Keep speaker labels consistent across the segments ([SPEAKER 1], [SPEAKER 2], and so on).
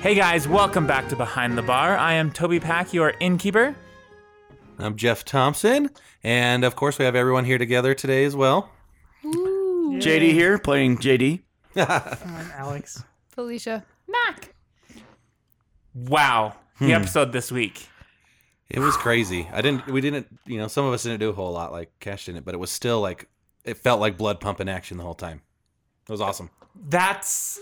[SPEAKER 1] Hey guys, welcome back to Behind the Bar. I am Toby Pack, your innkeeper.
[SPEAKER 2] I'm Jeff Thompson, and of course we have everyone here together today as well.
[SPEAKER 3] JD here playing JD.
[SPEAKER 4] Alex.
[SPEAKER 5] Felicia. Mac.
[SPEAKER 1] Wow,
[SPEAKER 2] Hmm.
[SPEAKER 1] the episode this week.
[SPEAKER 2] It was crazy. I didn't. We didn't. You know, some of us didn't do a whole lot, like Cash didn't, but it was still like it felt like blood pumping action the whole time. It was awesome.
[SPEAKER 1] That's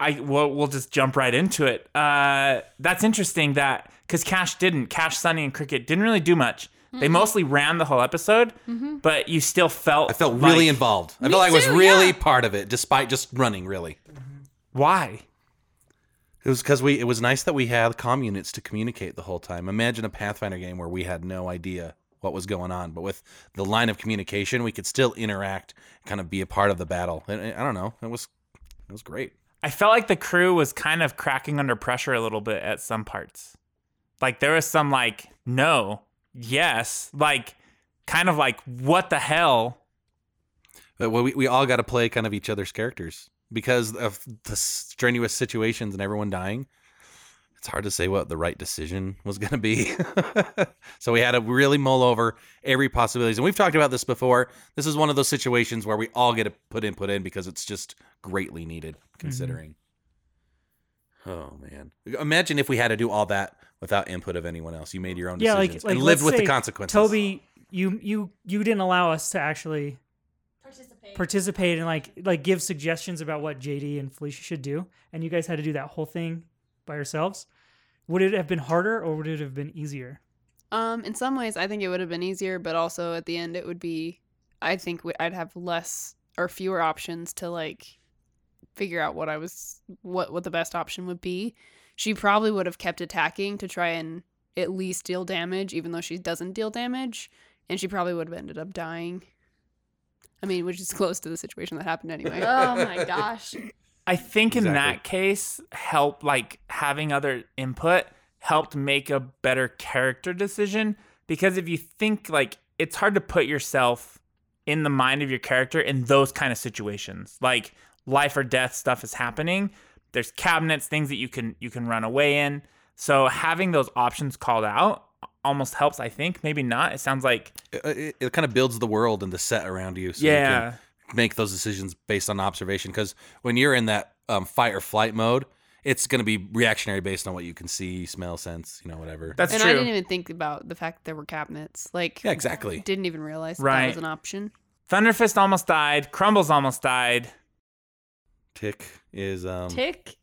[SPEAKER 1] I we'll, we'll just jump right into it. Uh, that's interesting that because Cash didn't, Cash, Sunny, and Cricket didn't really do much. They mostly ran the whole episode, but you still felt
[SPEAKER 2] I felt really
[SPEAKER 1] like,
[SPEAKER 2] involved. I felt like I was
[SPEAKER 5] too,
[SPEAKER 2] really
[SPEAKER 5] yeah.
[SPEAKER 2] part of it, despite just running. Really,
[SPEAKER 1] why
[SPEAKER 2] it was because we. It was nice that we had comm units to communicate the whole time. Imagine a Pathfinder game where we had no idea what was going on, but with the line of communication, we could still interact, kind of be a part of the battle. And, and I don't know. It was it was great.
[SPEAKER 1] I felt like the crew was kind of cracking under pressure a little bit at some parts. Like there was some like no, yes, like kind of like what the hell
[SPEAKER 2] But we, we all got to play kind of each other's characters because of the strenuous situations and everyone dying. It's hard to say what the right decision was going to be. so we had to really mull over every possibilities. And we've talked about this before. This is one of those situations where we all get to put input in because it's just greatly needed
[SPEAKER 4] Mm-hmm.
[SPEAKER 2] considering. Oh man. Imagine if we had to do all that without input of anyone else. You made your own
[SPEAKER 4] Yeah,
[SPEAKER 2] decisions
[SPEAKER 4] like like
[SPEAKER 2] and lived
[SPEAKER 4] let's
[SPEAKER 2] with
[SPEAKER 4] say,
[SPEAKER 2] the consequences.
[SPEAKER 4] Toby, you you you didn't allow us to actually
[SPEAKER 5] Participate.
[SPEAKER 4] participate and like like give suggestions about what JD and Felicia should do, and you guys had to do that whole thing by yourselves. Would it have been harder or would it have been easier?
[SPEAKER 5] Um, in some ways, I think it would have been easier, but also at the end, it would be. I think we- I'd have less or fewer options to like figure out what I was what what the best option would be. She probably would have kept attacking to try and at least deal damage, even though she doesn't deal damage, and she probably would have ended up dying. I mean, which is close to the situation that happened anyway.
[SPEAKER 6] Oh my gosh.
[SPEAKER 1] I think in
[SPEAKER 2] Exactly.
[SPEAKER 1] that case, help like having other input helped make a better character decision because if you think like it's hard to put yourself in the mind of your character in those kind of situations. Like life or death stuff is happening. There's cabinets, things that you can you can run away in. So having those options called out almost helps, I think. Maybe not. It sounds like
[SPEAKER 2] it, it, it kind of builds the world and the set around you. So you can
[SPEAKER 1] yeah.
[SPEAKER 2] make those decisions based on observation because when you're in that um, fight or flight mode, it's going to be reactionary based on what you can see, smell, sense, you know, whatever.
[SPEAKER 1] That's
[SPEAKER 5] and
[SPEAKER 1] true.
[SPEAKER 5] I didn't even think about the fact that there were cabinets. Like,
[SPEAKER 2] yeah, exactly.
[SPEAKER 5] didn't even realize that,
[SPEAKER 1] Right.
[SPEAKER 5] that was an option.
[SPEAKER 1] Thunderfist almost died. Crumbles almost died.
[SPEAKER 2] Tick is um,
[SPEAKER 6] Tick.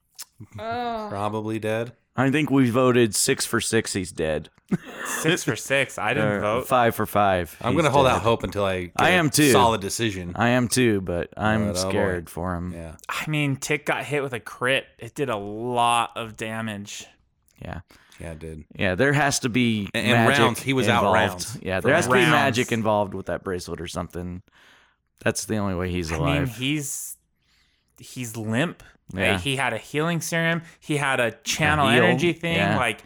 [SPEAKER 6] Oh.
[SPEAKER 2] probably dead.
[SPEAKER 3] I think we voted six for six. He's dead.
[SPEAKER 1] Six for six. I didn't
[SPEAKER 3] Or
[SPEAKER 1] vote.
[SPEAKER 3] Five for five.
[SPEAKER 2] I'm
[SPEAKER 3] he's
[SPEAKER 2] going to hold
[SPEAKER 3] dead.
[SPEAKER 2] out hope until I get
[SPEAKER 3] I
[SPEAKER 2] a
[SPEAKER 3] am too.
[SPEAKER 2] solid decision.
[SPEAKER 3] I am too, but I'm
[SPEAKER 2] But, oh, boy.
[SPEAKER 3] scared for him. Yeah.
[SPEAKER 2] yeah.
[SPEAKER 1] I mean, Tick got hit with a crit. It did a lot of damage.
[SPEAKER 3] yeah,
[SPEAKER 2] Yeah, it did.
[SPEAKER 3] There has to be
[SPEAKER 2] And- and
[SPEAKER 3] magic
[SPEAKER 2] rounds. He was out
[SPEAKER 3] involved.
[SPEAKER 2] rounds.
[SPEAKER 3] Yeah,
[SPEAKER 2] For
[SPEAKER 3] there has to be
[SPEAKER 1] rounds.
[SPEAKER 3] magic involved with that bracelet or something. That's the only way he's
[SPEAKER 1] I mean,
[SPEAKER 3] alive.
[SPEAKER 1] he's he's limp.
[SPEAKER 3] Yeah.
[SPEAKER 1] Like, he had a healing serum. He had a channel
[SPEAKER 3] heal,
[SPEAKER 1] energy thing.
[SPEAKER 3] yeah.
[SPEAKER 1] Like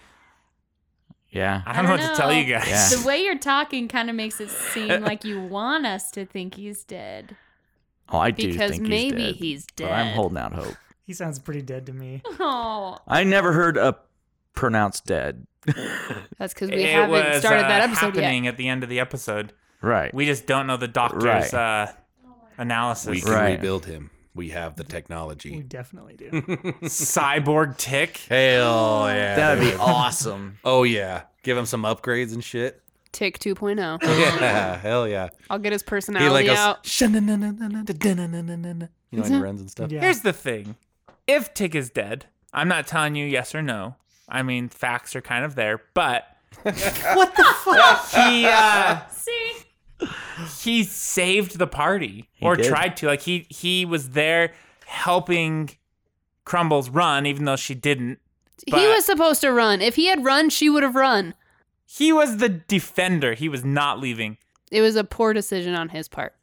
[SPEAKER 3] yeah,
[SPEAKER 1] I don't, know what to tell you guys.
[SPEAKER 3] Yeah.
[SPEAKER 6] The way you're talking kind of makes it seem like you want us to think he's dead.
[SPEAKER 3] oh, I do
[SPEAKER 6] Because
[SPEAKER 3] think
[SPEAKER 6] maybe
[SPEAKER 3] he's dead,
[SPEAKER 6] he's dead.
[SPEAKER 3] But I'm holding out hope.
[SPEAKER 4] He sounds pretty dead to me.
[SPEAKER 6] Oh.
[SPEAKER 3] I never heard a pronounced dead.
[SPEAKER 5] That's because we
[SPEAKER 1] it
[SPEAKER 5] haven't
[SPEAKER 1] was
[SPEAKER 5] started
[SPEAKER 1] uh,
[SPEAKER 5] that episode yet.
[SPEAKER 1] happening at the end of the episode.
[SPEAKER 3] Right.
[SPEAKER 1] We just don't know the doctor's
[SPEAKER 3] Right.
[SPEAKER 1] uh,
[SPEAKER 2] We
[SPEAKER 1] analysis.
[SPEAKER 2] can
[SPEAKER 3] Right.
[SPEAKER 2] rebuild him. We have the
[SPEAKER 4] We
[SPEAKER 2] technology.
[SPEAKER 4] definitely do.
[SPEAKER 1] Cyborg Tick.
[SPEAKER 2] Hell yeah.
[SPEAKER 3] That'd be
[SPEAKER 2] dude.
[SPEAKER 3] awesome.
[SPEAKER 2] Oh, yeah. Give him some upgrades and shit.
[SPEAKER 5] Tick 2.0.
[SPEAKER 2] Yeah. Hell yeah.
[SPEAKER 5] oh. I'll get his
[SPEAKER 2] He like
[SPEAKER 5] personality
[SPEAKER 2] goes,
[SPEAKER 5] out.
[SPEAKER 2] "Shun-na-na-na-na-na-na-na-na-na-na." you know, and he runs and stuff.
[SPEAKER 1] Here's the thing. If Tick is dead, I'm not telling you yes or no. I mean, facts are kind of there, but
[SPEAKER 4] what the fuck?
[SPEAKER 1] he uh
[SPEAKER 6] See?
[SPEAKER 1] he saved the party or
[SPEAKER 3] did.
[SPEAKER 1] tried to like he he was there helping crumbles run even though she didn't
[SPEAKER 5] he
[SPEAKER 1] But-
[SPEAKER 5] was supposed to run. If he had run, she would have run.
[SPEAKER 1] he was the defender he was not leaving
[SPEAKER 5] It was a poor decision on his part.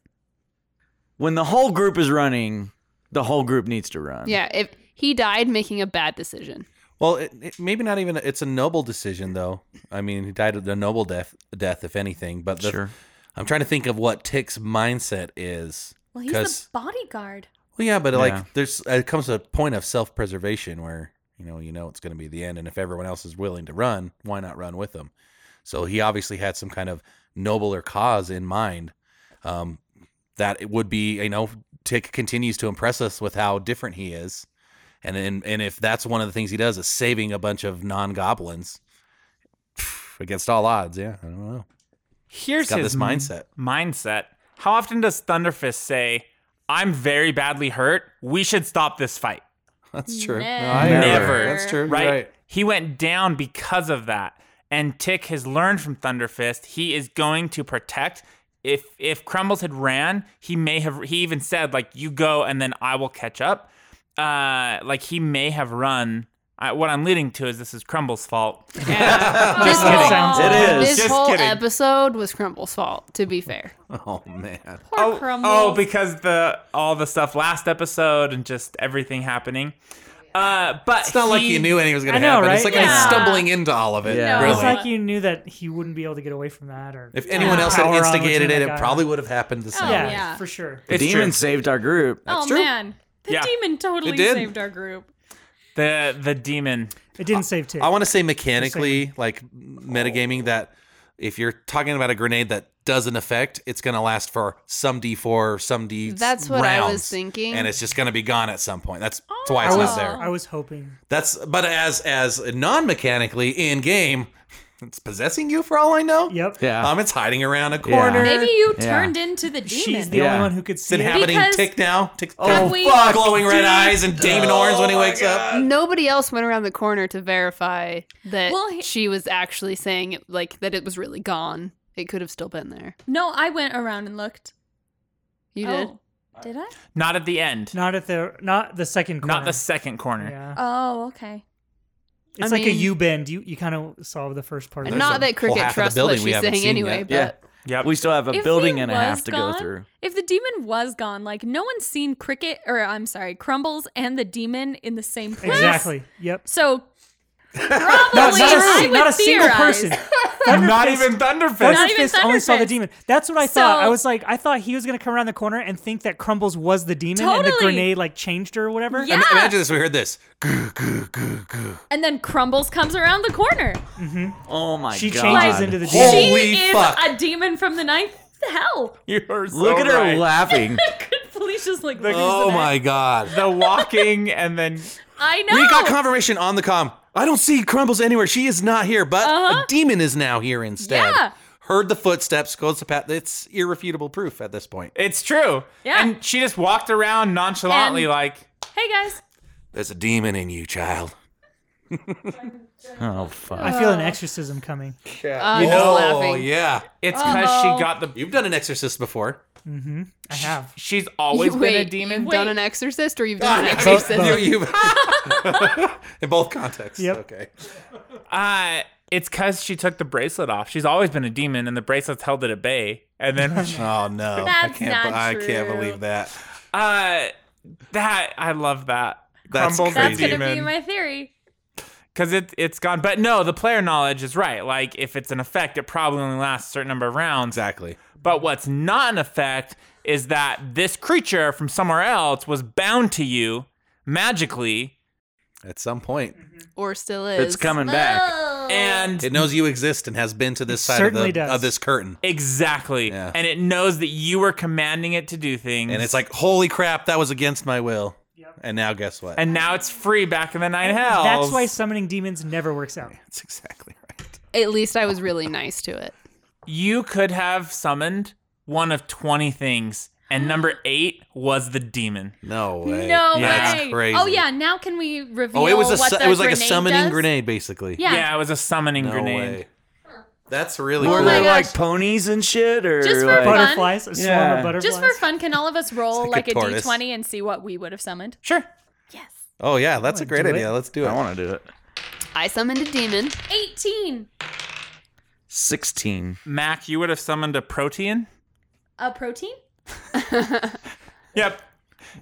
[SPEAKER 3] When the whole group is running, the whole group needs to run.
[SPEAKER 5] Yeah, if he died making a bad decision.
[SPEAKER 2] Well, it, it, maybe not even. It's a noble decision, though. I mean, he died a noble death, death if anything. But the,
[SPEAKER 3] Sure.
[SPEAKER 2] I'm trying to think of what Tick's mindset is.
[SPEAKER 6] Well, he's
[SPEAKER 2] 'Cause-
[SPEAKER 6] the bodyguard.
[SPEAKER 2] Well, yeah, but uh,
[SPEAKER 3] Yeah.
[SPEAKER 2] like, there's it comes to a point of self-preservation where You know, you know it's going to be the end. And if everyone else is willing to run, why not run with them? So he obviously had some kind of nobler cause in mind. Um, that it would be, you know, Tick continues to impress us with how different he is. And, and and if that's one of the things he does is saving a bunch of non goblins against all odds, yeah, I don't know.
[SPEAKER 1] Here's
[SPEAKER 2] He's got
[SPEAKER 1] his
[SPEAKER 2] this mindset.
[SPEAKER 1] mindset. How often does Thunderfist say, "I'm very badly hurt. We should stop this fight"?
[SPEAKER 2] That's true.
[SPEAKER 6] Never.
[SPEAKER 1] Never.
[SPEAKER 2] That's true.
[SPEAKER 1] right?
[SPEAKER 2] Right. right.
[SPEAKER 1] He went down because of that. And Tick has learned from Thunderfist. He is going to protect. If if Crumbles had ran, he may have. He even said like, "You go, and then I will catch up." Uh, like he may have run. I, what I'm leading to is this is Crumbles' fault.
[SPEAKER 5] Yeah.
[SPEAKER 4] Just
[SPEAKER 5] This
[SPEAKER 4] kidding.
[SPEAKER 5] whole-
[SPEAKER 3] It is.
[SPEAKER 5] This
[SPEAKER 1] Just
[SPEAKER 5] whole
[SPEAKER 1] kidding.
[SPEAKER 5] episode was Crumble's fault, to be fair.
[SPEAKER 2] Oh man.
[SPEAKER 6] Poor
[SPEAKER 1] Oh,
[SPEAKER 6] Crumbles.
[SPEAKER 1] oh, because the all the stuff last episode and just everything happening. Uh, but
[SPEAKER 2] It's not like
[SPEAKER 1] he
[SPEAKER 2] you knew anything was going
[SPEAKER 4] I
[SPEAKER 2] to
[SPEAKER 4] know,
[SPEAKER 2] happen. It's
[SPEAKER 4] right?
[SPEAKER 2] like I'm
[SPEAKER 6] Yeah.
[SPEAKER 2] stumbling into all of it.
[SPEAKER 3] Yeah. No.
[SPEAKER 2] Really.
[SPEAKER 4] It's like you knew that he wouldn't be able to get away from that, or
[SPEAKER 2] if anyone else had
[SPEAKER 4] Power on
[SPEAKER 2] instigated
[SPEAKER 4] between
[SPEAKER 2] it,
[SPEAKER 4] that
[SPEAKER 2] it
[SPEAKER 4] guy.
[SPEAKER 2] probably would have happened the same.
[SPEAKER 6] Oh,
[SPEAKER 4] yeah,
[SPEAKER 2] way.
[SPEAKER 6] yeah.
[SPEAKER 4] for sure.
[SPEAKER 1] It's
[SPEAKER 3] Demon
[SPEAKER 1] true.
[SPEAKER 3] saved our group.
[SPEAKER 6] Oh,
[SPEAKER 2] true.
[SPEAKER 6] man. The
[SPEAKER 1] Yeah.
[SPEAKER 6] demon totally
[SPEAKER 2] It did.
[SPEAKER 6] saved our group.
[SPEAKER 1] The the demon.
[SPEAKER 4] It didn't save Tick.
[SPEAKER 2] I want to say mechanically, like metagaming, that if you're talking about a grenade that doesn't affect, it's going to last for some D4, some D.
[SPEAKER 5] That's what I was
[SPEAKER 2] rounds,
[SPEAKER 5] thinking.
[SPEAKER 2] And it's just going to be gone at some point. That's, that's why
[SPEAKER 6] Oh.
[SPEAKER 2] it's
[SPEAKER 4] I was
[SPEAKER 2] not there.
[SPEAKER 4] I was hoping.
[SPEAKER 2] That's but as as non mechanically in game, it's possessing you for all I know.
[SPEAKER 4] Yep.
[SPEAKER 3] Yeah.
[SPEAKER 2] Um, it's hiding around a corner.
[SPEAKER 6] Maybe you
[SPEAKER 3] Yeah.
[SPEAKER 6] turned into the demon.
[SPEAKER 4] She's the
[SPEAKER 3] Yeah.
[SPEAKER 4] only one who could
[SPEAKER 2] It's
[SPEAKER 4] see it.
[SPEAKER 2] inhabiting
[SPEAKER 6] Because-
[SPEAKER 2] Tick now. Tick's
[SPEAKER 6] Have
[SPEAKER 4] Oh,
[SPEAKER 2] got
[SPEAKER 6] we- Oh fuck,
[SPEAKER 2] Oh, glowing red eyes and demon horns when he wakes up.
[SPEAKER 5] Nobody else went around the corner to verify that
[SPEAKER 6] Well, he-
[SPEAKER 5] she was actually saying it, like that it was really gone. It could have still been there.
[SPEAKER 6] no, I went around and looked.
[SPEAKER 5] You did.
[SPEAKER 6] oh. did? I?
[SPEAKER 1] Not at the end.
[SPEAKER 4] Not at the not the second corner.
[SPEAKER 1] Not the second corner.
[SPEAKER 4] Yeah.
[SPEAKER 6] Oh, okay.
[SPEAKER 4] It's
[SPEAKER 5] I
[SPEAKER 4] like a
[SPEAKER 5] mean-
[SPEAKER 4] U bend. You you kind of solve the first part. of
[SPEAKER 2] There's
[SPEAKER 4] it.
[SPEAKER 5] Not
[SPEAKER 2] a
[SPEAKER 5] that
[SPEAKER 2] whole
[SPEAKER 5] Cricket
[SPEAKER 2] half of the
[SPEAKER 5] trusts
[SPEAKER 2] building
[SPEAKER 5] what
[SPEAKER 2] we
[SPEAKER 5] she's
[SPEAKER 2] haven't
[SPEAKER 5] saying
[SPEAKER 2] seen
[SPEAKER 5] anyway,
[SPEAKER 2] yet.
[SPEAKER 5] but
[SPEAKER 1] Yep.
[SPEAKER 3] We still have a
[SPEAKER 6] If he
[SPEAKER 3] building and a
[SPEAKER 6] was
[SPEAKER 3] half to go
[SPEAKER 6] gone-
[SPEAKER 3] through.
[SPEAKER 6] If the demon was gone, like no one's seen Cricket or I'm sorry, Crumbles and the demon in the same place.
[SPEAKER 4] exactly. Yep.
[SPEAKER 6] So probably
[SPEAKER 4] Not, not a,
[SPEAKER 6] I
[SPEAKER 4] si-
[SPEAKER 6] would
[SPEAKER 4] not a single
[SPEAKER 6] theorize.
[SPEAKER 4] person.
[SPEAKER 1] Not
[SPEAKER 4] Thunderfist-
[SPEAKER 1] even Thunderfist.
[SPEAKER 6] Not even
[SPEAKER 4] Thunderfist only saw the
[SPEAKER 6] Thunderfist.
[SPEAKER 4] demon. That's what I thought.
[SPEAKER 6] So-
[SPEAKER 4] I was like, I thought he was gonna come around the corner and think that Crumbles was the demon, and the
[SPEAKER 6] Totally.
[SPEAKER 4] grenade like changed her or whatever.
[SPEAKER 6] Yeah.
[SPEAKER 2] Ima- Imagine this. We heard this. Goo, goo, goo, goo.
[SPEAKER 6] And then Crumbles comes around the corner.
[SPEAKER 3] Oh my
[SPEAKER 4] She
[SPEAKER 3] god.
[SPEAKER 4] changes into the demon.
[SPEAKER 2] Holy
[SPEAKER 6] she is
[SPEAKER 2] fuck.
[SPEAKER 6] a demon from the ninth hell.
[SPEAKER 1] You are so
[SPEAKER 3] Look at her
[SPEAKER 1] right.
[SPEAKER 3] laughing.
[SPEAKER 6] Felicia's like,
[SPEAKER 2] Oh
[SPEAKER 6] losing it.
[SPEAKER 2] my god.
[SPEAKER 1] the walking and then
[SPEAKER 6] I know.
[SPEAKER 2] We got confirmation on the com. I don't see Crumbles anywhere. She is not here, but
[SPEAKER 6] Uh-huh.
[SPEAKER 2] a demon is now here instead.
[SPEAKER 6] Yeah.
[SPEAKER 2] Heard the footsteps, goes to pat. It's irrefutable proof at this point.
[SPEAKER 1] it's true.
[SPEAKER 6] Yeah.
[SPEAKER 1] And she just walked around nonchalantly
[SPEAKER 6] And-
[SPEAKER 1] like
[SPEAKER 6] hey guys.
[SPEAKER 2] There's a demon in you, child.
[SPEAKER 3] oh fuck.
[SPEAKER 4] I feel an exorcism coming.
[SPEAKER 5] I was
[SPEAKER 2] oh,
[SPEAKER 5] uh, laughing.
[SPEAKER 2] yeah.
[SPEAKER 6] Oh.
[SPEAKER 1] it's because
[SPEAKER 6] Uh-oh.
[SPEAKER 1] she got the
[SPEAKER 2] You've done an exorcist before.
[SPEAKER 4] I have.
[SPEAKER 1] she's always
[SPEAKER 5] You-
[SPEAKER 1] been a
[SPEAKER 5] wait,
[SPEAKER 1] demon.
[SPEAKER 5] You've done
[SPEAKER 6] Wait.
[SPEAKER 5] an exorcist, or you've done an
[SPEAKER 2] You-
[SPEAKER 5] exorcist.
[SPEAKER 2] you- in both contexts.
[SPEAKER 4] Yep.
[SPEAKER 2] Okay.
[SPEAKER 1] Uh it's cause she took the bracelet off. She's always been a demon and the bracelet's held it at bay. And then
[SPEAKER 2] Oh no. I
[SPEAKER 6] That's
[SPEAKER 2] can't
[SPEAKER 6] not
[SPEAKER 2] be- I can't
[SPEAKER 6] true.
[SPEAKER 2] believe that.
[SPEAKER 1] uh that I love that.
[SPEAKER 2] That's
[SPEAKER 1] Crumbles the
[SPEAKER 6] That's
[SPEAKER 2] crazy.
[SPEAKER 6] gonna be
[SPEAKER 1] demon.
[SPEAKER 6] my theory.
[SPEAKER 1] Cause it it's gone. But no, the player knowledge is right. Like if it's an effect, it probably only lasts a certain number of rounds.
[SPEAKER 2] Exactly.
[SPEAKER 1] But what's not an effect is that this creature from somewhere else was bound to you magically,
[SPEAKER 2] At some point,
[SPEAKER 5] or still is.
[SPEAKER 3] It's coming back.
[SPEAKER 6] Oh.
[SPEAKER 1] and
[SPEAKER 2] it knows you exist and has been to this
[SPEAKER 4] It
[SPEAKER 2] side of,
[SPEAKER 4] certainly
[SPEAKER 2] the,
[SPEAKER 4] does.
[SPEAKER 2] of this curtain.
[SPEAKER 1] exactly,
[SPEAKER 2] Yeah.
[SPEAKER 1] and it knows that you were commanding it to do things,
[SPEAKER 2] And it's like, holy crap, that was against my will. And now guess what?
[SPEAKER 1] and now it's free back in the nine hells.
[SPEAKER 4] That's why summoning demons never works out.
[SPEAKER 2] That's exactly right.
[SPEAKER 5] At least I was really nice to it.
[SPEAKER 1] you could have summoned one of twenty things, and number eight was the demon.
[SPEAKER 2] No way.
[SPEAKER 6] no way.
[SPEAKER 2] That's crazy.
[SPEAKER 6] Oh yeah. Now can we reveal?
[SPEAKER 2] Oh, it was a
[SPEAKER 6] what
[SPEAKER 2] su-
[SPEAKER 6] the
[SPEAKER 2] it was like a
[SPEAKER 6] grenade
[SPEAKER 2] summoning
[SPEAKER 6] does?
[SPEAKER 2] grenade, basically.
[SPEAKER 6] Yeah.
[SPEAKER 1] it was a summoning
[SPEAKER 2] No
[SPEAKER 1] grenade.
[SPEAKER 2] way. That's really
[SPEAKER 6] Oh
[SPEAKER 3] Were
[SPEAKER 2] cool.
[SPEAKER 6] my
[SPEAKER 3] they
[SPEAKER 6] gosh.
[SPEAKER 3] like ponies and shit or
[SPEAKER 6] Just for
[SPEAKER 3] like,
[SPEAKER 6] fun.
[SPEAKER 4] Butterflies, a swarm
[SPEAKER 3] Yeah.
[SPEAKER 4] of butterflies.
[SPEAKER 6] Just for fun, can all of us roll
[SPEAKER 2] It's like
[SPEAKER 6] like,
[SPEAKER 2] a
[SPEAKER 6] a
[SPEAKER 2] tortoise.
[SPEAKER 6] d20 and see what we would have summoned?
[SPEAKER 1] Sure.
[SPEAKER 6] Yes.
[SPEAKER 2] Oh yeah, that's a
[SPEAKER 4] Wanna
[SPEAKER 2] great
[SPEAKER 4] do it?
[SPEAKER 2] idea. Let's do
[SPEAKER 3] I
[SPEAKER 2] it.
[SPEAKER 3] want to do it.
[SPEAKER 5] I summoned a demon.
[SPEAKER 6] 18.
[SPEAKER 3] 16.
[SPEAKER 1] Mac, you would have summoned a protean.
[SPEAKER 6] A protein?
[SPEAKER 1] Yep.
[SPEAKER 3] What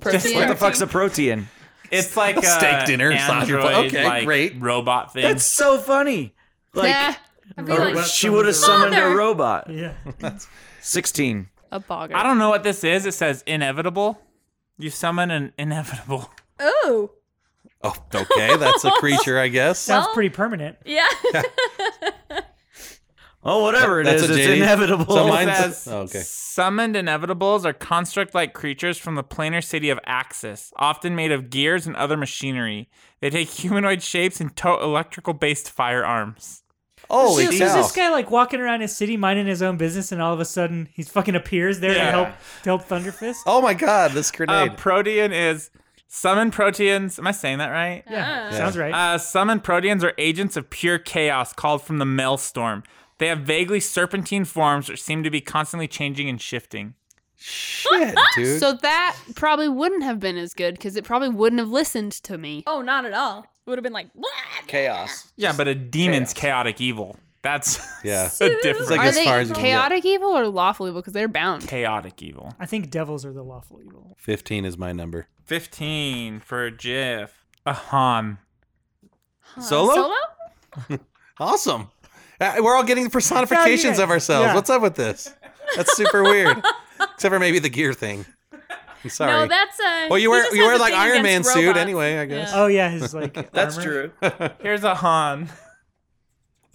[SPEAKER 5] Protein.
[SPEAKER 3] the fuck's a protein?
[SPEAKER 1] It's like a
[SPEAKER 2] Steak dinner, sausage
[SPEAKER 1] Android,
[SPEAKER 2] plate. Okay,
[SPEAKER 1] like,
[SPEAKER 2] great.
[SPEAKER 1] robot thing.
[SPEAKER 3] That's so funny. Like
[SPEAKER 5] Nah,
[SPEAKER 6] I'd be
[SPEAKER 3] a-
[SPEAKER 6] like,
[SPEAKER 3] she would have summoned a
[SPEAKER 6] Father.
[SPEAKER 3] robot.
[SPEAKER 4] Yeah.
[SPEAKER 3] 16.
[SPEAKER 5] a bogger.
[SPEAKER 1] I don't know what this is. It says inevitable. You summon an inevitable.
[SPEAKER 6] oh,
[SPEAKER 2] Oh, okay. That's a creature, I guess.
[SPEAKER 4] Sounds
[SPEAKER 6] Well-
[SPEAKER 4] pretty permanent.
[SPEAKER 6] Yeah.
[SPEAKER 3] Oh, whatever it
[SPEAKER 2] That's
[SPEAKER 3] is,
[SPEAKER 2] a
[SPEAKER 3] it's
[SPEAKER 2] JD.
[SPEAKER 3] inevitable.
[SPEAKER 2] So
[SPEAKER 1] It
[SPEAKER 2] mine- mine's-
[SPEAKER 1] says,
[SPEAKER 2] oh, okay.
[SPEAKER 1] Summoned inevitables are construct like creatures from the planar city of Axis, often made of gears and other machinery. They take humanoid shapes and tow electrical based firearms.
[SPEAKER 2] Holy
[SPEAKER 4] Is this- is
[SPEAKER 2] cow.
[SPEAKER 4] this guy like walking around his city minding his own business, and all of a sudden he fucking appears there
[SPEAKER 1] Yeah.
[SPEAKER 4] to help to help Thunderfist?
[SPEAKER 2] Oh my god, this
[SPEAKER 1] Uh,
[SPEAKER 2] grenade.
[SPEAKER 1] protean is summon proteans. Am I saying that right?
[SPEAKER 4] Yeah,
[SPEAKER 6] Ah.
[SPEAKER 4] sounds right.
[SPEAKER 1] Uh, summon proteans are agents of pure chaos called from the maelstrom. They have vaguely serpentine forms which seem to be constantly changing and shifting.
[SPEAKER 2] Shit, dude.
[SPEAKER 5] So that probably wouldn't have been as good because it probably wouldn't have listened to me.
[SPEAKER 6] oh, not at all. It would have been like, "What?"
[SPEAKER 2] Chaos.
[SPEAKER 1] Yeah, but a demon's chaotic evil. That's
[SPEAKER 2] Yeah.
[SPEAKER 1] a different
[SPEAKER 2] like
[SPEAKER 5] Are
[SPEAKER 2] as
[SPEAKER 5] they
[SPEAKER 2] far as you can get.
[SPEAKER 5] chaotic evil or lawful evil? Because they're bound.
[SPEAKER 1] chaotic evil.
[SPEAKER 4] I think devils are the lawful evil.
[SPEAKER 2] 15 is my number.
[SPEAKER 1] 15 for Jiff. Ahan.
[SPEAKER 6] Uh,
[SPEAKER 5] Huh,
[SPEAKER 2] Solo?
[SPEAKER 5] Solo?
[SPEAKER 2] Awesome. Uh, we're all getting personifications
[SPEAKER 4] Yeah, yeah.
[SPEAKER 2] of ourselves.
[SPEAKER 4] Yeah.
[SPEAKER 2] What's up with this? That's super weird. Except for maybe the gear thing. I'm sorry.
[SPEAKER 6] No, that's uh, a.
[SPEAKER 2] well, you wear you wear like Iron Man suit anyway, I guess.
[SPEAKER 4] Oh yeah, his like armor.
[SPEAKER 1] Here's Ahan.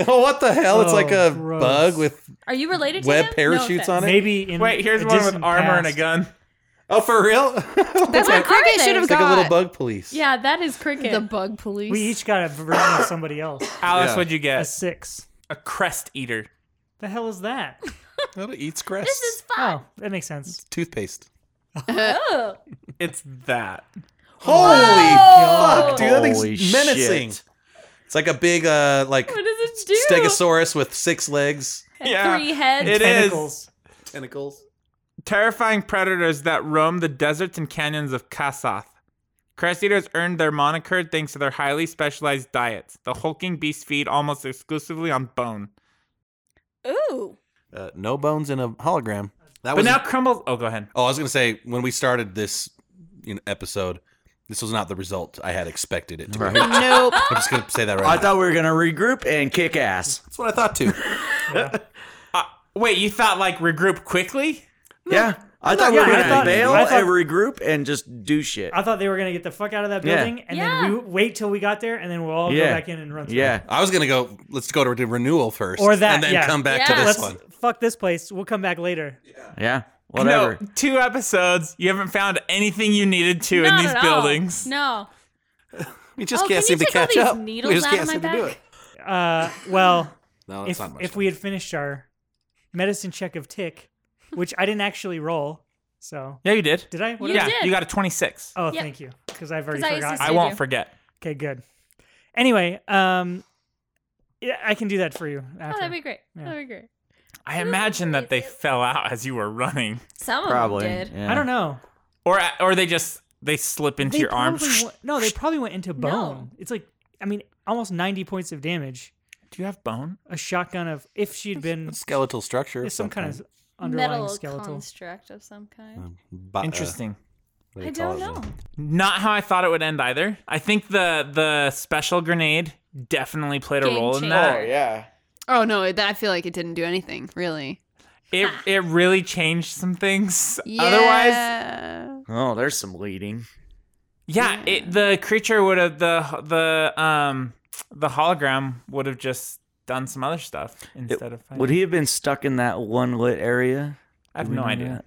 [SPEAKER 2] Oh, what the hell? it's like
[SPEAKER 4] Oh,
[SPEAKER 2] a
[SPEAKER 4] gross.
[SPEAKER 2] bug with
[SPEAKER 6] Are you related to
[SPEAKER 2] Web
[SPEAKER 6] him?
[SPEAKER 2] parachutes
[SPEAKER 6] no
[SPEAKER 2] on it?
[SPEAKER 4] Maybe in
[SPEAKER 1] Wait, here's
[SPEAKER 4] a
[SPEAKER 1] one with
[SPEAKER 4] distant
[SPEAKER 1] armor and a
[SPEAKER 4] past.
[SPEAKER 1] gun.
[SPEAKER 2] Oh, for real?
[SPEAKER 5] That's
[SPEAKER 6] Okay.
[SPEAKER 5] what Cricket
[SPEAKER 6] Are
[SPEAKER 5] should
[SPEAKER 6] they?
[SPEAKER 5] have
[SPEAKER 2] it's like a
[SPEAKER 5] got.
[SPEAKER 2] little bug police.
[SPEAKER 6] Yeah, that is cricket.
[SPEAKER 5] The bug police.
[SPEAKER 4] We each got a version of somebody else.
[SPEAKER 1] Alice,
[SPEAKER 2] Yeah.
[SPEAKER 1] what'd you
[SPEAKER 4] A
[SPEAKER 1] get?
[SPEAKER 4] six.
[SPEAKER 1] A crest eater.
[SPEAKER 4] The hell is that?
[SPEAKER 2] It eats grass.
[SPEAKER 6] this is fun.
[SPEAKER 4] Oh, that makes sense.
[SPEAKER 2] toothpaste.
[SPEAKER 6] Oh.
[SPEAKER 1] It's that.
[SPEAKER 2] Holy
[SPEAKER 6] God.
[SPEAKER 2] fuck, dude! That
[SPEAKER 3] Holy
[SPEAKER 2] thing's menacing.
[SPEAKER 3] shit.
[SPEAKER 2] It's like a big, uh, like
[SPEAKER 6] What does it do?
[SPEAKER 2] stegosaurus with six legs,
[SPEAKER 6] And
[SPEAKER 1] Yeah.
[SPEAKER 6] Three heads.
[SPEAKER 1] It is.
[SPEAKER 4] Tentacles.
[SPEAKER 2] tentacles.
[SPEAKER 1] Terrifying predators that roam the deserts and canyons of Kasath. Crest eaters earned their moniker thanks to their highly specialized diets. The hulking beasts feed almost exclusively on bone.
[SPEAKER 6] Ooh.
[SPEAKER 2] Uh, no bones in a hologram. That
[SPEAKER 1] But
[SPEAKER 2] was.
[SPEAKER 1] now crumbles. Oh, go ahead.
[SPEAKER 2] oh, I was gonna say when we started this you know, episode, this was not the result I had expected it to. be. I'm
[SPEAKER 5] Nope.
[SPEAKER 2] just gonna say that right.
[SPEAKER 3] I
[SPEAKER 2] now.
[SPEAKER 3] thought we were gonna regroup and kick ass.
[SPEAKER 2] That's what I thought too.
[SPEAKER 1] Wait, you thought like regroup quickly?
[SPEAKER 3] Yeah, I thought we
[SPEAKER 4] yeah,
[SPEAKER 3] were
[SPEAKER 4] I
[SPEAKER 3] gonna
[SPEAKER 4] thought-
[SPEAKER 3] bail
[SPEAKER 4] I thought-
[SPEAKER 3] and regroup and just do shit.
[SPEAKER 4] I thought they were gonna get the fuck out of that
[SPEAKER 3] Yeah.
[SPEAKER 4] building and
[SPEAKER 6] Yeah.
[SPEAKER 4] then we wait till we got there and then we'll all
[SPEAKER 3] Yeah.
[SPEAKER 4] go back in and run. Through.
[SPEAKER 3] Yeah,
[SPEAKER 2] I was gonna go. Let's go to, to renewal first,
[SPEAKER 4] Or that,
[SPEAKER 2] and then
[SPEAKER 4] yeah.
[SPEAKER 2] come back
[SPEAKER 6] Yeah.
[SPEAKER 2] to this
[SPEAKER 4] Let's
[SPEAKER 2] one.
[SPEAKER 4] fuck this place. We'll come back later.
[SPEAKER 3] yeah, whatever.
[SPEAKER 1] No, two episodes. You haven't found anything you needed to in
[SPEAKER 6] Not
[SPEAKER 1] these
[SPEAKER 6] at all.
[SPEAKER 1] buildings.
[SPEAKER 6] No.
[SPEAKER 2] We just
[SPEAKER 6] Oh,
[SPEAKER 2] can't
[SPEAKER 6] can
[SPEAKER 2] seem to
[SPEAKER 6] you take all
[SPEAKER 2] catch
[SPEAKER 6] these
[SPEAKER 2] up.
[SPEAKER 6] needles
[SPEAKER 2] we just
[SPEAKER 6] out
[SPEAKER 2] can't
[SPEAKER 6] of my
[SPEAKER 2] seem to do
[SPEAKER 6] back?
[SPEAKER 2] it.
[SPEAKER 4] Uh, well,
[SPEAKER 2] No, that's
[SPEAKER 4] if
[SPEAKER 2] not much.
[SPEAKER 4] if
[SPEAKER 2] fun.
[SPEAKER 4] we had finished our medicine check of tick, which I didn't actually roll, so
[SPEAKER 1] Yeah, you did.
[SPEAKER 4] did I? What
[SPEAKER 6] You
[SPEAKER 1] yeah,
[SPEAKER 4] did-
[SPEAKER 6] did.
[SPEAKER 1] you got a 26.
[SPEAKER 4] Oh,
[SPEAKER 6] Yeah.
[SPEAKER 4] thank you, because I've already
[SPEAKER 6] 'Cause I used to
[SPEAKER 4] forgotten.
[SPEAKER 1] I
[SPEAKER 6] Did
[SPEAKER 1] won't
[SPEAKER 6] you?
[SPEAKER 1] forget.
[SPEAKER 4] Okay, good. Anyway, um, yeah, I can do that for you.
[SPEAKER 6] Oh,
[SPEAKER 4] After.
[SPEAKER 6] that'd be great.
[SPEAKER 4] Yeah.
[SPEAKER 6] That'd be great.
[SPEAKER 1] I imagine that they fell out as you were running,
[SPEAKER 6] Some
[SPEAKER 3] Probably.
[SPEAKER 6] of them did.
[SPEAKER 3] yeah.
[SPEAKER 4] I don't know.
[SPEAKER 1] or or they just they slip into
[SPEAKER 4] They
[SPEAKER 1] your arm.
[SPEAKER 4] probably wa- no, they probably went into
[SPEAKER 6] No.
[SPEAKER 4] bone. It's like, I mean, almost ninety points of damage.
[SPEAKER 1] Do you have bone?
[SPEAKER 4] A shotgun of if she'd been
[SPEAKER 2] skeletal structure,
[SPEAKER 4] some kind of underlying
[SPEAKER 6] Metal
[SPEAKER 4] skeletal.
[SPEAKER 6] construct of some kind.
[SPEAKER 2] uh,
[SPEAKER 1] Uh, Interesting.
[SPEAKER 6] I don't know.
[SPEAKER 1] Not how I thought it would end either. I think the the special grenade definitely played a
[SPEAKER 6] Game
[SPEAKER 1] role in
[SPEAKER 6] changer.
[SPEAKER 1] that.
[SPEAKER 3] yeah.
[SPEAKER 5] oh no, it- I feel like it didn't do anything really.
[SPEAKER 1] It it really changed some things.
[SPEAKER 5] Yeah.
[SPEAKER 1] Otherwise,
[SPEAKER 3] Oh, there's some leading.
[SPEAKER 1] Yeah, it the creature would have the the um the hologram would have just done some other stuff instead of fighting.
[SPEAKER 3] Would he have been stuck in that one lit area?
[SPEAKER 1] I have
[SPEAKER 3] Do we
[SPEAKER 1] no
[SPEAKER 3] know
[SPEAKER 1] idea.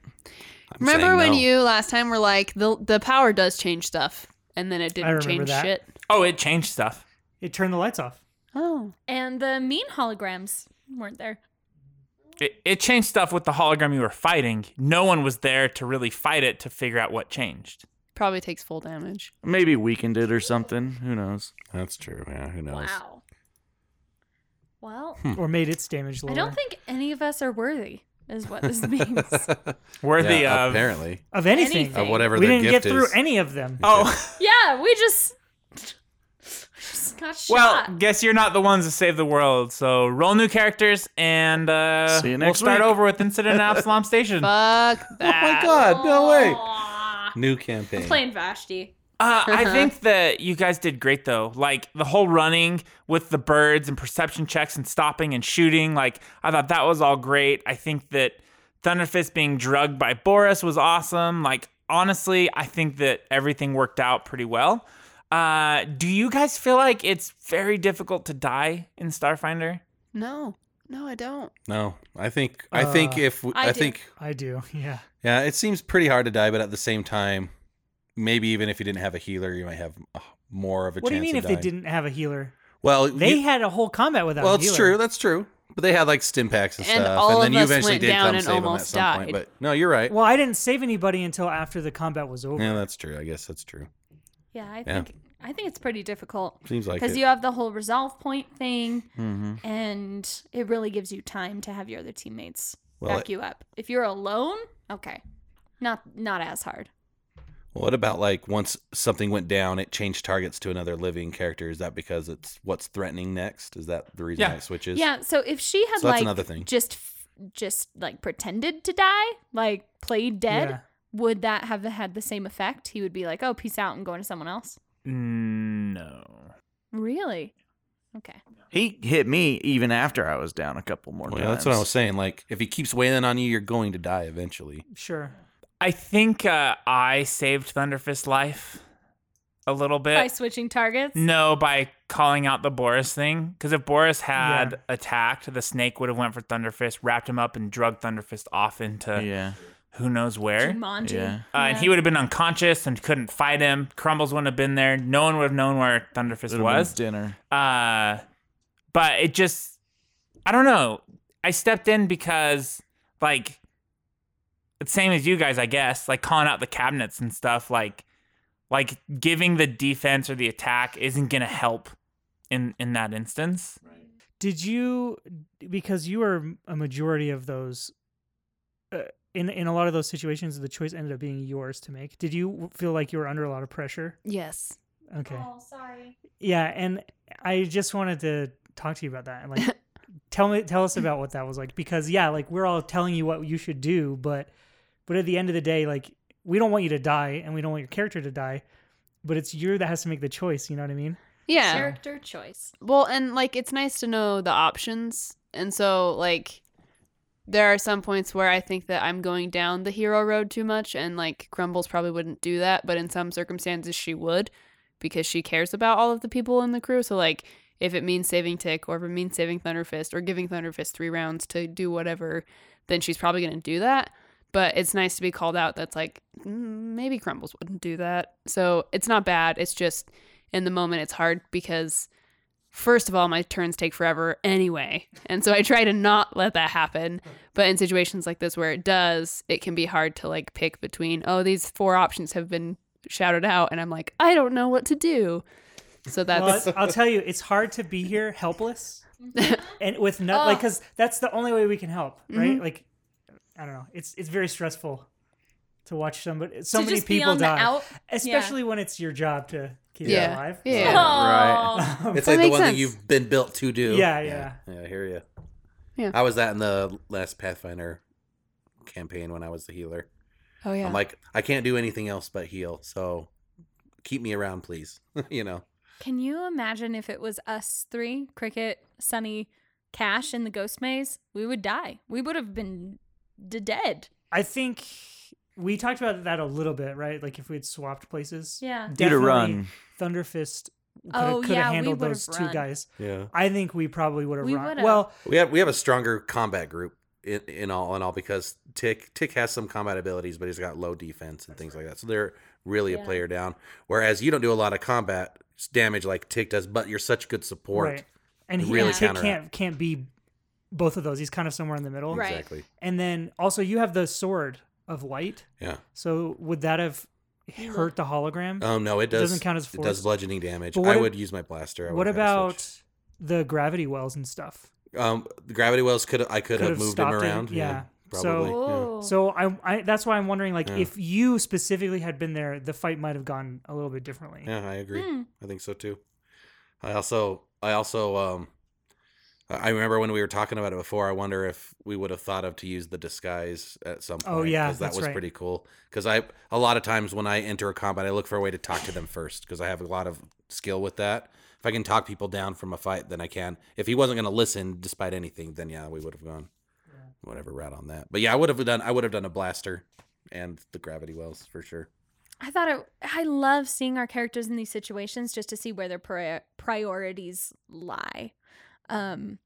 [SPEAKER 3] that?
[SPEAKER 5] remember when you last time were like the the power does change stuff, and then it didn't
[SPEAKER 4] remember
[SPEAKER 5] change
[SPEAKER 4] that.
[SPEAKER 5] shit.
[SPEAKER 1] Oh, it changed stuff.
[SPEAKER 4] It turned the lights off.
[SPEAKER 5] Oh,
[SPEAKER 6] And the mean holograms weren't there.
[SPEAKER 1] It, it changed stuff with the hologram you were fighting. No one was there to really fight it to figure out what changed.
[SPEAKER 5] probably takes full damage.
[SPEAKER 3] Maybe weakened it or something. Who knows?
[SPEAKER 2] That's true. Yeah, who knows?
[SPEAKER 6] Wow. Well,
[SPEAKER 2] Hmm.
[SPEAKER 4] Or made its damage lower.
[SPEAKER 6] I don't think any of us are worthy, is what this means.
[SPEAKER 1] Worthy
[SPEAKER 2] yeah,
[SPEAKER 1] of
[SPEAKER 2] apparently
[SPEAKER 4] of anything.
[SPEAKER 6] Anything.
[SPEAKER 2] of whatever
[SPEAKER 4] We
[SPEAKER 2] their
[SPEAKER 4] didn't get
[SPEAKER 2] gift
[SPEAKER 4] through
[SPEAKER 2] is.
[SPEAKER 4] any of them.
[SPEAKER 1] Oh
[SPEAKER 6] yeah, we just, just got shot.
[SPEAKER 1] well, guess you're not the ones that save the world. So roll new characters and uh,
[SPEAKER 3] See you
[SPEAKER 1] we'll
[SPEAKER 3] next
[SPEAKER 1] start
[SPEAKER 3] week.
[SPEAKER 1] over with Incident at Absalom Station. Uh,
[SPEAKER 5] Fuck
[SPEAKER 2] oh my
[SPEAKER 5] that.
[SPEAKER 2] god! No way.
[SPEAKER 6] Aw.
[SPEAKER 2] New campaign.
[SPEAKER 6] Playing Vashti.
[SPEAKER 1] Uh, I think that you guys did great though. Like the whole running with the birds and perception checks and stopping and shooting. Like I thought that was all great. I think that Thunderfist being drugged by Boris was awesome. Like honestly, I think that everything worked out pretty well. Uh, do you guys feel like it's very difficult to die in Starfinder?
[SPEAKER 5] No, no, I don't.
[SPEAKER 2] No, I think I think
[SPEAKER 4] Uh,
[SPEAKER 2] if w-
[SPEAKER 6] I
[SPEAKER 2] I
[SPEAKER 6] do.
[SPEAKER 2] think
[SPEAKER 4] I do. Yeah.
[SPEAKER 2] yeah, it seems pretty hard to die, but at the same time, maybe even if you didn't have a healer, you might have uh, more of a
[SPEAKER 4] What do
[SPEAKER 2] chance.
[SPEAKER 4] you mean
[SPEAKER 2] of
[SPEAKER 4] if
[SPEAKER 2] dying.
[SPEAKER 4] they didn't have a healer?
[SPEAKER 2] Well,
[SPEAKER 4] They
[SPEAKER 2] you-
[SPEAKER 4] had a whole combat without.
[SPEAKER 2] well,
[SPEAKER 4] a
[SPEAKER 2] it's
[SPEAKER 4] healer.
[SPEAKER 2] true. That's true. But they had like stim packs and,
[SPEAKER 5] And
[SPEAKER 2] stuff,
[SPEAKER 5] all
[SPEAKER 2] and
[SPEAKER 5] of
[SPEAKER 2] then you
[SPEAKER 5] us
[SPEAKER 2] eventually
[SPEAKER 5] went
[SPEAKER 2] did
[SPEAKER 5] down
[SPEAKER 2] come
[SPEAKER 5] and
[SPEAKER 2] save them at
[SPEAKER 5] almost
[SPEAKER 2] some point.
[SPEAKER 5] died.
[SPEAKER 2] But no, you're right.
[SPEAKER 4] Well, I didn't save anybody until after the combat was over.
[SPEAKER 2] yeah, that's true. I guess that's true.
[SPEAKER 6] Yeah, I
[SPEAKER 2] Yeah.
[SPEAKER 6] think I think it's pretty difficult
[SPEAKER 2] Seems like
[SPEAKER 6] because
[SPEAKER 2] it.
[SPEAKER 6] you have the whole resolve point thing,
[SPEAKER 3] Mm-hmm.
[SPEAKER 6] and it really gives you time to have your other teammates
[SPEAKER 2] Well,
[SPEAKER 6] back you up. If you're alone, okay, not not as hard.
[SPEAKER 2] What about like once something went down, it changed targets to another living character? Is that because it's what's threatening next? Is that the reason
[SPEAKER 1] Yeah.
[SPEAKER 2] why it switches?
[SPEAKER 6] yeah, so if she had
[SPEAKER 2] So that's
[SPEAKER 6] like
[SPEAKER 2] another thing.
[SPEAKER 6] just f- just like pretended to die, like played dead,
[SPEAKER 4] Yeah.
[SPEAKER 6] would that have had the same effect? He would be like, "Oh, peace out," and going to someone else.
[SPEAKER 4] Mm,
[SPEAKER 1] No.
[SPEAKER 6] Really? Okay.
[SPEAKER 3] He hit me even after I was down a couple more
[SPEAKER 2] Well, yeah,
[SPEAKER 3] times.
[SPEAKER 2] that's what I was saying. Like, if he keeps wailing on you, you're going to die eventually.
[SPEAKER 4] Sure.
[SPEAKER 1] I think uh, I saved Thunderfist's life a little
[SPEAKER 2] Eh.
[SPEAKER 1] bit.
[SPEAKER 6] By switching targets.
[SPEAKER 1] No, by calling out the Boris thing. Because if Boris had
[SPEAKER 4] Yeah.
[SPEAKER 1] attacked, the snake would have went for Thunderfist, wrapped him up, and drugged Thunderfist off into
[SPEAKER 3] Yeah,
[SPEAKER 1] who knows where.
[SPEAKER 6] Jumanji.
[SPEAKER 3] Yeah.
[SPEAKER 1] Uh, and he would have been unconscious and couldn't fight him. Crumbles wouldn't have been there. No one would have known where Thunderfist
[SPEAKER 3] Would've been
[SPEAKER 1] was.
[SPEAKER 3] dinner.
[SPEAKER 1] Uh, but it just, I don't know. I stepped in because, like, it's same as you guys, I guess. Like calling out the cabinets and stuff. Like, like giving the defense or the attack isn't gonna help in in that instance.
[SPEAKER 4] Did you because you were a majority of those uh, in in a lot of those situations the choice ended up being yours to make. Did you feel like you were under a lot of pressure?
[SPEAKER 5] Yes.
[SPEAKER 4] Okay.
[SPEAKER 6] Oh, sorry.
[SPEAKER 4] Yeah, and I just wanted to talk to you about that and like tell me tell us about what that was like because yeah, like we're all telling you what you should do, but but at the end of the day, like we don't want you to die and we don't want your character to die, but it's you that has to make the choice, you know what I mean?
[SPEAKER 5] Yeah.
[SPEAKER 6] Character choice.
[SPEAKER 5] Well, and like it's nice to know the options. And so like there are some points where I think that I'm going down the hero road too much and like Crumbles probably wouldn't do that, but in some circumstances she would because she cares about all of the people in the crew. So like if it means saving Tick or if it means saving Thunderfist or giving Thunderfist 3 rounds to do whatever, then she's probably going to do that. But it's nice to be called out that's like "Mm, maybe Crumbles wouldn't do that. So it's not bad. It's just in the moment it's hard because first of all, my turns take forever anyway. And so I try to not let that happen. But in situations like this where it does, it can be hard to like pick between, oh, these four options have been shouted out. And I'm like, I don't know what to do. So
[SPEAKER 4] Well,
[SPEAKER 5] that's,
[SPEAKER 4] I- I'll tell you, it's hard to be here helpless and with no,
[SPEAKER 6] Oh. Mm-hmm.
[SPEAKER 4] like, because that's the only way we can help, right?
[SPEAKER 5] Mhm.
[SPEAKER 4] Like, I don't know, it's it's very stressful to watch somebody, so many
[SPEAKER 6] just be
[SPEAKER 4] people
[SPEAKER 6] on the
[SPEAKER 4] die,
[SPEAKER 6] out-
[SPEAKER 4] especially when it's your job to keep
[SPEAKER 5] yeah.
[SPEAKER 4] them alive.
[SPEAKER 6] Oh.
[SPEAKER 5] Yeah.
[SPEAKER 2] right.
[SPEAKER 4] Um,
[SPEAKER 2] It's
[SPEAKER 5] That
[SPEAKER 2] like the
[SPEAKER 5] makes
[SPEAKER 2] one
[SPEAKER 5] sense.
[SPEAKER 2] that you've been built to do.
[SPEAKER 4] Yeah,
[SPEAKER 2] Yeah, I hear you.
[SPEAKER 5] Yeah.
[SPEAKER 2] I was that in the last Pathfinder campaign when I was the healer.
[SPEAKER 5] Oh, yeah.
[SPEAKER 2] I'm like, I can't do anything else but heal. So keep me around, please. you know.
[SPEAKER 6] Can you imagine if it was us three, Cricket, Sunny, Cash, and the Ghost Maze? We would die. We would have been d- dead.
[SPEAKER 4] I think we talked about that a little bit, right? Like, if we had swapped places,
[SPEAKER 6] Yeah.
[SPEAKER 3] Did a
[SPEAKER 4] Definitely
[SPEAKER 3] run.
[SPEAKER 4] Thunderfist could
[SPEAKER 6] Oh,
[SPEAKER 4] have
[SPEAKER 6] yeah, we
[SPEAKER 4] handled
[SPEAKER 6] would've
[SPEAKER 4] those two
[SPEAKER 6] run.
[SPEAKER 4] guys.
[SPEAKER 2] Yeah.
[SPEAKER 4] I think we probably would have
[SPEAKER 6] We
[SPEAKER 4] run.
[SPEAKER 6] would've.
[SPEAKER 4] Well,
[SPEAKER 2] We have we have a stronger combat group in, in all in all because Tick Tick has some combat abilities, but he's got low defense and things like that. So they're really
[SPEAKER 6] Yeah.
[SPEAKER 2] a player down. Whereas you don't do a lot of combat damage like Tick does, but you're such good support.
[SPEAKER 4] right. And he,
[SPEAKER 2] really
[SPEAKER 4] and Tick
[SPEAKER 2] counteract.
[SPEAKER 4] can't can't be both of those. He's kind of somewhere in the middle.
[SPEAKER 6] Right.
[SPEAKER 2] Exactly.
[SPEAKER 4] And then also you have the sword of light.
[SPEAKER 2] Yeah.
[SPEAKER 4] So would that have hurt the hologram?
[SPEAKER 2] Oh no, it
[SPEAKER 4] It
[SPEAKER 2] does.
[SPEAKER 4] doesn't count as
[SPEAKER 2] It does
[SPEAKER 4] force.
[SPEAKER 2] bludgeoning damage.
[SPEAKER 4] But what
[SPEAKER 2] I
[SPEAKER 4] ab-
[SPEAKER 2] would use my blaster. I
[SPEAKER 4] what
[SPEAKER 2] would have to
[SPEAKER 4] about the gravity wells and stuff?
[SPEAKER 2] switch. um the gravity wells? Could I could
[SPEAKER 4] Could
[SPEAKER 2] have
[SPEAKER 4] have
[SPEAKER 2] moved him
[SPEAKER 4] stopped it,
[SPEAKER 2] around?
[SPEAKER 4] yeah.
[SPEAKER 2] probably.
[SPEAKER 4] So-
[SPEAKER 2] yeah.
[SPEAKER 6] Oh.
[SPEAKER 4] So I, I that's why I'm wondering like
[SPEAKER 2] Yeah.
[SPEAKER 4] if you specifically had been there, the fight might have gone a little bit differently.
[SPEAKER 2] Yeah, I agree.
[SPEAKER 6] Hmm.
[SPEAKER 2] I think so too. I also, I also, um, I I remember when we were talking about it before. I wonder if we would have thought of to use the disguise at some point.
[SPEAKER 4] Oh, yeah,
[SPEAKER 2] 'cause that
[SPEAKER 4] that's
[SPEAKER 2] was
[SPEAKER 4] right.
[SPEAKER 2] pretty cool. Because I, a lot of times when I enter a combat, I look for a way to talk to them first because I have a lot of skill with that. If I can talk people down from a fight, then I can. If he wasn't going to listen despite anything, then yeah, we would have gone whatever route on that. But yeah, I would have done. I would have done a blaster and the gravity wells for sure.
[SPEAKER 6] I thought it, I love seeing our characters in these situations just to see where their pri- priorities lie. Um,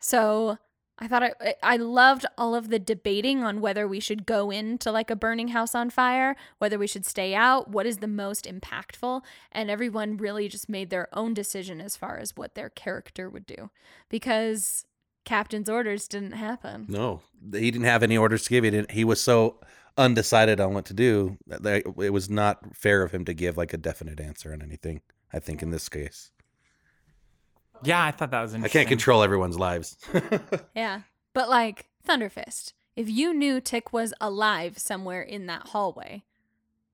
[SPEAKER 6] so I thought I, I- I loved all of the debating on whether we should go into like a burning house on fire, whether we should stay out, what is the most impactful, and everyone really just made their own decision as far as what their character would do because captain's orders didn't happen.
[SPEAKER 2] No, he didn't have any orders to give. He didn't. He was so undecided on what to do that they- it was not fair of him to give like a definite answer on anything. I think in this case,
[SPEAKER 1] Yeah, I thought that was
[SPEAKER 2] I
[SPEAKER 1] interesting.
[SPEAKER 2] can't control everyone's lives.
[SPEAKER 6] Yeah. But like Thunderfist, if you knew Tick was alive somewhere in that hallway,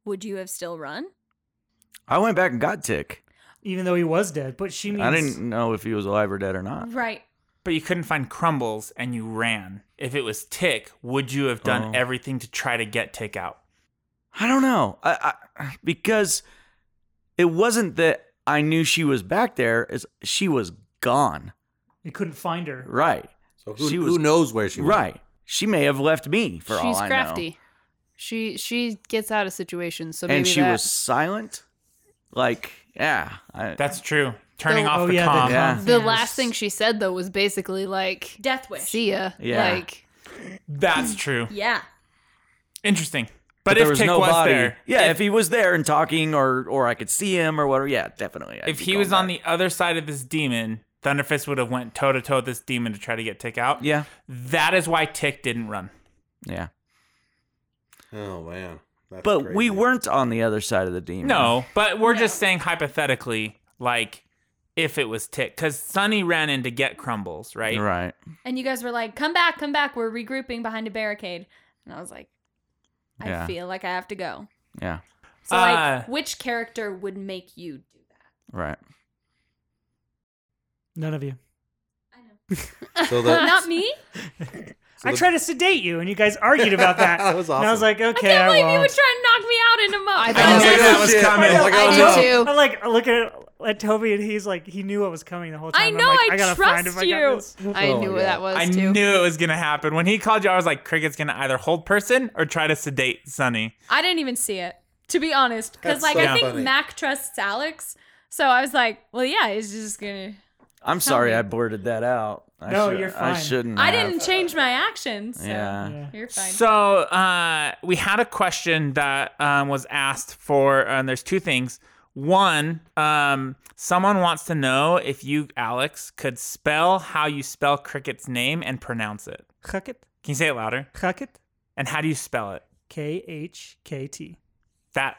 [SPEAKER 6] would you have still run?
[SPEAKER 3] I went back and got Tick.
[SPEAKER 4] even though he was dead. But she means
[SPEAKER 3] I didn't know if he was alive or dead or not.
[SPEAKER 6] Right.
[SPEAKER 1] But you couldn't find crumbles and you ran. If it was Tick, would you have done
[SPEAKER 3] Oh.
[SPEAKER 1] everything to try to get Tick out?
[SPEAKER 3] I don't know. I, I because it wasn't that I knew she was back there. Is she was gone.
[SPEAKER 4] you couldn't find her.
[SPEAKER 3] Right.
[SPEAKER 2] So who,
[SPEAKER 3] She
[SPEAKER 2] who
[SPEAKER 3] was-
[SPEAKER 2] knows where she was?
[SPEAKER 3] Right. She may have left me for all
[SPEAKER 5] She's
[SPEAKER 3] I
[SPEAKER 5] crafty.
[SPEAKER 3] know.
[SPEAKER 5] She she gets out of situations, so maybe
[SPEAKER 3] and she
[SPEAKER 5] that-
[SPEAKER 3] was silent. Like, yeah. I,
[SPEAKER 1] That's true. Turning
[SPEAKER 5] The-
[SPEAKER 1] off
[SPEAKER 4] oh,
[SPEAKER 1] the
[SPEAKER 4] yeah,
[SPEAKER 1] comm.
[SPEAKER 4] the
[SPEAKER 3] Yeah.
[SPEAKER 4] comm
[SPEAKER 5] the
[SPEAKER 4] thing
[SPEAKER 5] last
[SPEAKER 4] is-
[SPEAKER 5] thing she said though was basically like
[SPEAKER 6] Death wish.
[SPEAKER 5] see ya.
[SPEAKER 3] Yeah.
[SPEAKER 5] Like
[SPEAKER 1] That's true.
[SPEAKER 6] Yeah.
[SPEAKER 1] Interesting. But, if Tick was there,
[SPEAKER 3] yeah, if, he was there and talking, or or I could see him, or whatever, yeah, definitely. I'd
[SPEAKER 1] if
[SPEAKER 3] be
[SPEAKER 1] he
[SPEAKER 3] going
[SPEAKER 1] was on
[SPEAKER 3] back.
[SPEAKER 1] the other side of this demon, Thunderfist would have went toe to toe with this demon to try to get Tick out.
[SPEAKER 3] yeah,
[SPEAKER 1] That is why Tick didn't run.
[SPEAKER 3] yeah,
[SPEAKER 2] Oh man. That's
[SPEAKER 3] but we
[SPEAKER 2] crazy.
[SPEAKER 3] weren't on the other side of the demon.
[SPEAKER 1] No, but we're
[SPEAKER 6] No.
[SPEAKER 1] just saying hypothetically, like if it was Tick, because Sunny ran in to get Crumbles, right?
[SPEAKER 3] right.
[SPEAKER 6] And you guys were like, come back, come back. We're regrouping behind a barricade. And I was like, I
[SPEAKER 3] Yeah.
[SPEAKER 6] feel like I have to go.
[SPEAKER 3] Yeah,
[SPEAKER 6] So, like,
[SPEAKER 1] Uh,
[SPEAKER 6] which character would make you do that?
[SPEAKER 3] right.
[SPEAKER 4] None of you.
[SPEAKER 2] So the-
[SPEAKER 6] Not me?
[SPEAKER 2] So
[SPEAKER 4] I
[SPEAKER 2] the-
[SPEAKER 4] tried to sedate you, and you guys argued about that.
[SPEAKER 2] That was
[SPEAKER 4] And I was
[SPEAKER 2] awesome.
[SPEAKER 4] like, okay,
[SPEAKER 6] I can't believe you
[SPEAKER 4] won't.
[SPEAKER 6] would try and knock me out in a moment.
[SPEAKER 5] I
[SPEAKER 1] I knew
[SPEAKER 5] thought-
[SPEAKER 2] Oh,
[SPEAKER 1] that was
[SPEAKER 2] shit.
[SPEAKER 1] coming.
[SPEAKER 2] I know, Like,
[SPEAKER 5] I
[SPEAKER 2] oh,
[SPEAKER 5] did
[SPEAKER 2] no.
[SPEAKER 5] too.
[SPEAKER 4] I'm like looking at, at Toby, and he's like, he knew what was coming the whole time.
[SPEAKER 6] I
[SPEAKER 4] I'm
[SPEAKER 6] know,
[SPEAKER 4] like,
[SPEAKER 6] I
[SPEAKER 4] gotta find if
[SPEAKER 6] trust
[SPEAKER 4] I got
[SPEAKER 6] you.
[SPEAKER 4] this."
[SPEAKER 5] I
[SPEAKER 2] Oh my
[SPEAKER 5] knew what
[SPEAKER 2] God.
[SPEAKER 5] that was
[SPEAKER 1] I
[SPEAKER 5] too.
[SPEAKER 1] knew it was gonna happen. When he called you, I was like, Cricket's gonna either hold person or try to sedate Sunny.
[SPEAKER 6] I didn't even see it, to be honest. Because,
[SPEAKER 2] That's
[SPEAKER 6] like,
[SPEAKER 2] so
[SPEAKER 6] I think
[SPEAKER 2] funny.
[SPEAKER 6] Mac trusts Alex. So I was like, well, yeah, he's just going to.
[SPEAKER 3] I'm sorry, I blurted that out. I
[SPEAKER 4] No,
[SPEAKER 3] should-
[SPEAKER 4] you're
[SPEAKER 3] I
[SPEAKER 4] fine.
[SPEAKER 3] shouldn't.
[SPEAKER 6] I
[SPEAKER 3] have.
[SPEAKER 6] didn't
[SPEAKER 2] uh,
[SPEAKER 6] change my actions. So
[SPEAKER 3] Yeah.
[SPEAKER 4] Yeah.
[SPEAKER 6] You're fine.
[SPEAKER 1] So uh, we had a question that um, was asked for, and there's two things. One, um, someone wants to know if you, Alex, could spell how you spell Cricket's name and pronounce it.
[SPEAKER 4] Khaket,
[SPEAKER 1] Can you say it louder?
[SPEAKER 4] Khaket,
[SPEAKER 1] And how do you spell it?
[SPEAKER 4] K H K T.
[SPEAKER 1] That.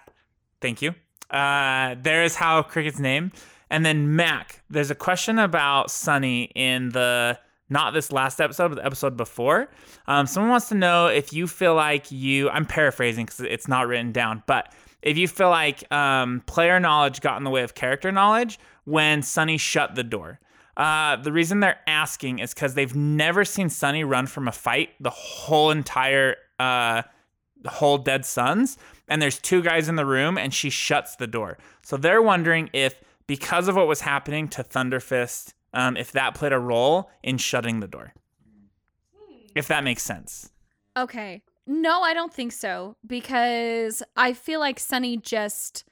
[SPEAKER 1] Thank you. Uh, there is how Cricket's name. And then Mac, there's a question about Sunny in the not this last episode, but the episode before. Um, someone wants to know if you feel like you. I'm paraphrasing because it's not written down, but if you feel like um, player knowledge got in the way of character knowledge when Sunny shut the door. Uh, the reason they're asking is because they've never seen Sunny run from a fight the whole entire uh, the whole Dead Sons, and there's two guys in the room, and she shuts the door. So they're wondering if, because of what was happening to Thunderfist, um, if that played a role in shutting the door. If that makes sense.
[SPEAKER 6] Okay. No, I don't think so because I feel like Sunny just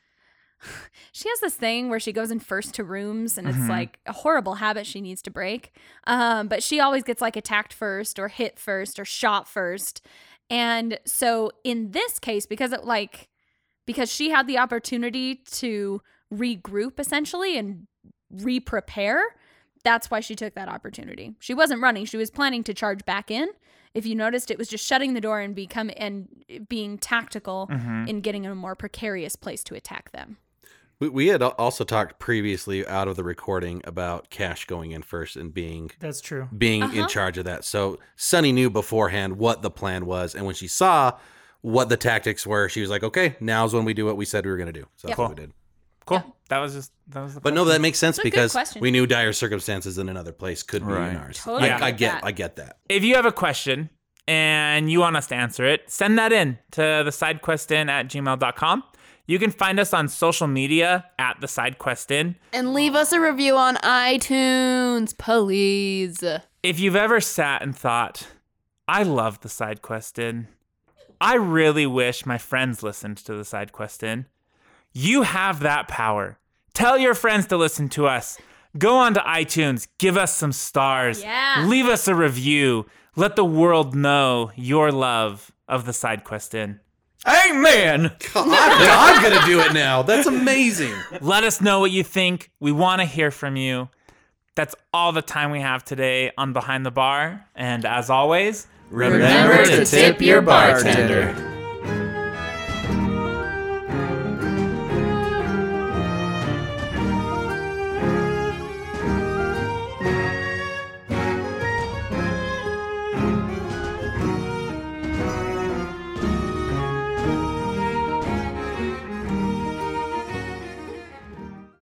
[SPEAKER 6] she has this thing where she goes in first to rooms and
[SPEAKER 1] Mhm.
[SPEAKER 6] it's like a horrible habit she needs to break. Um but she always gets like attacked first or hit first or shot first. And so in this case because it like because she had the opportunity to regroup essentially and re-prepare, that's why she took that opportunity. She wasn't running, she was planning to charge back in if you noticed it was just shutting the door and become and being tactical
[SPEAKER 1] Mhm.
[SPEAKER 6] in getting in a more precarious place to attack them
[SPEAKER 2] we, we had al- also talked previously out of the recording about Cash going in first and being
[SPEAKER 4] That's true.
[SPEAKER 2] being
[SPEAKER 6] Uh-huh.
[SPEAKER 2] in charge of that. So Sunny knew beforehand what the plan was, and when she saw what the tactics were, she was like, "Okay, now's when we do what we said we were going to do." So
[SPEAKER 1] Yep.
[SPEAKER 2] that's what we did.
[SPEAKER 1] Cool.
[SPEAKER 6] Yeah.
[SPEAKER 1] That was just that was. The
[SPEAKER 2] But no, that makes sense
[SPEAKER 6] It's a good
[SPEAKER 2] because
[SPEAKER 6] question.
[SPEAKER 2] we knew dire circumstances in another place could be
[SPEAKER 3] Right.
[SPEAKER 2] in ours.
[SPEAKER 6] Totally
[SPEAKER 2] I, I
[SPEAKER 6] get
[SPEAKER 2] get,
[SPEAKER 6] that.
[SPEAKER 2] I get that.
[SPEAKER 1] if you have a question and you want us to answer it, send that in to the sidequestin at gmail.com. You can find us on social media at the sidequestin.
[SPEAKER 5] And leave us a review on iTunes, please.
[SPEAKER 1] If you've ever sat and thought, I love the side quest in, I really wish my friends listened to the side quest in. You have that power. Tell your friends to listen to us. Go on to iTunes, give us some stars,
[SPEAKER 6] Yeah.
[SPEAKER 1] leave us a review. Let the world know your love of the side quest in.
[SPEAKER 3] Amen.
[SPEAKER 2] God, I'm gonna do it now. That's amazing.
[SPEAKER 1] Let us know what you think. We want to hear from you. That's all the time we have today on Behind the Bar. And as always,
[SPEAKER 5] Remember to tip your bartender.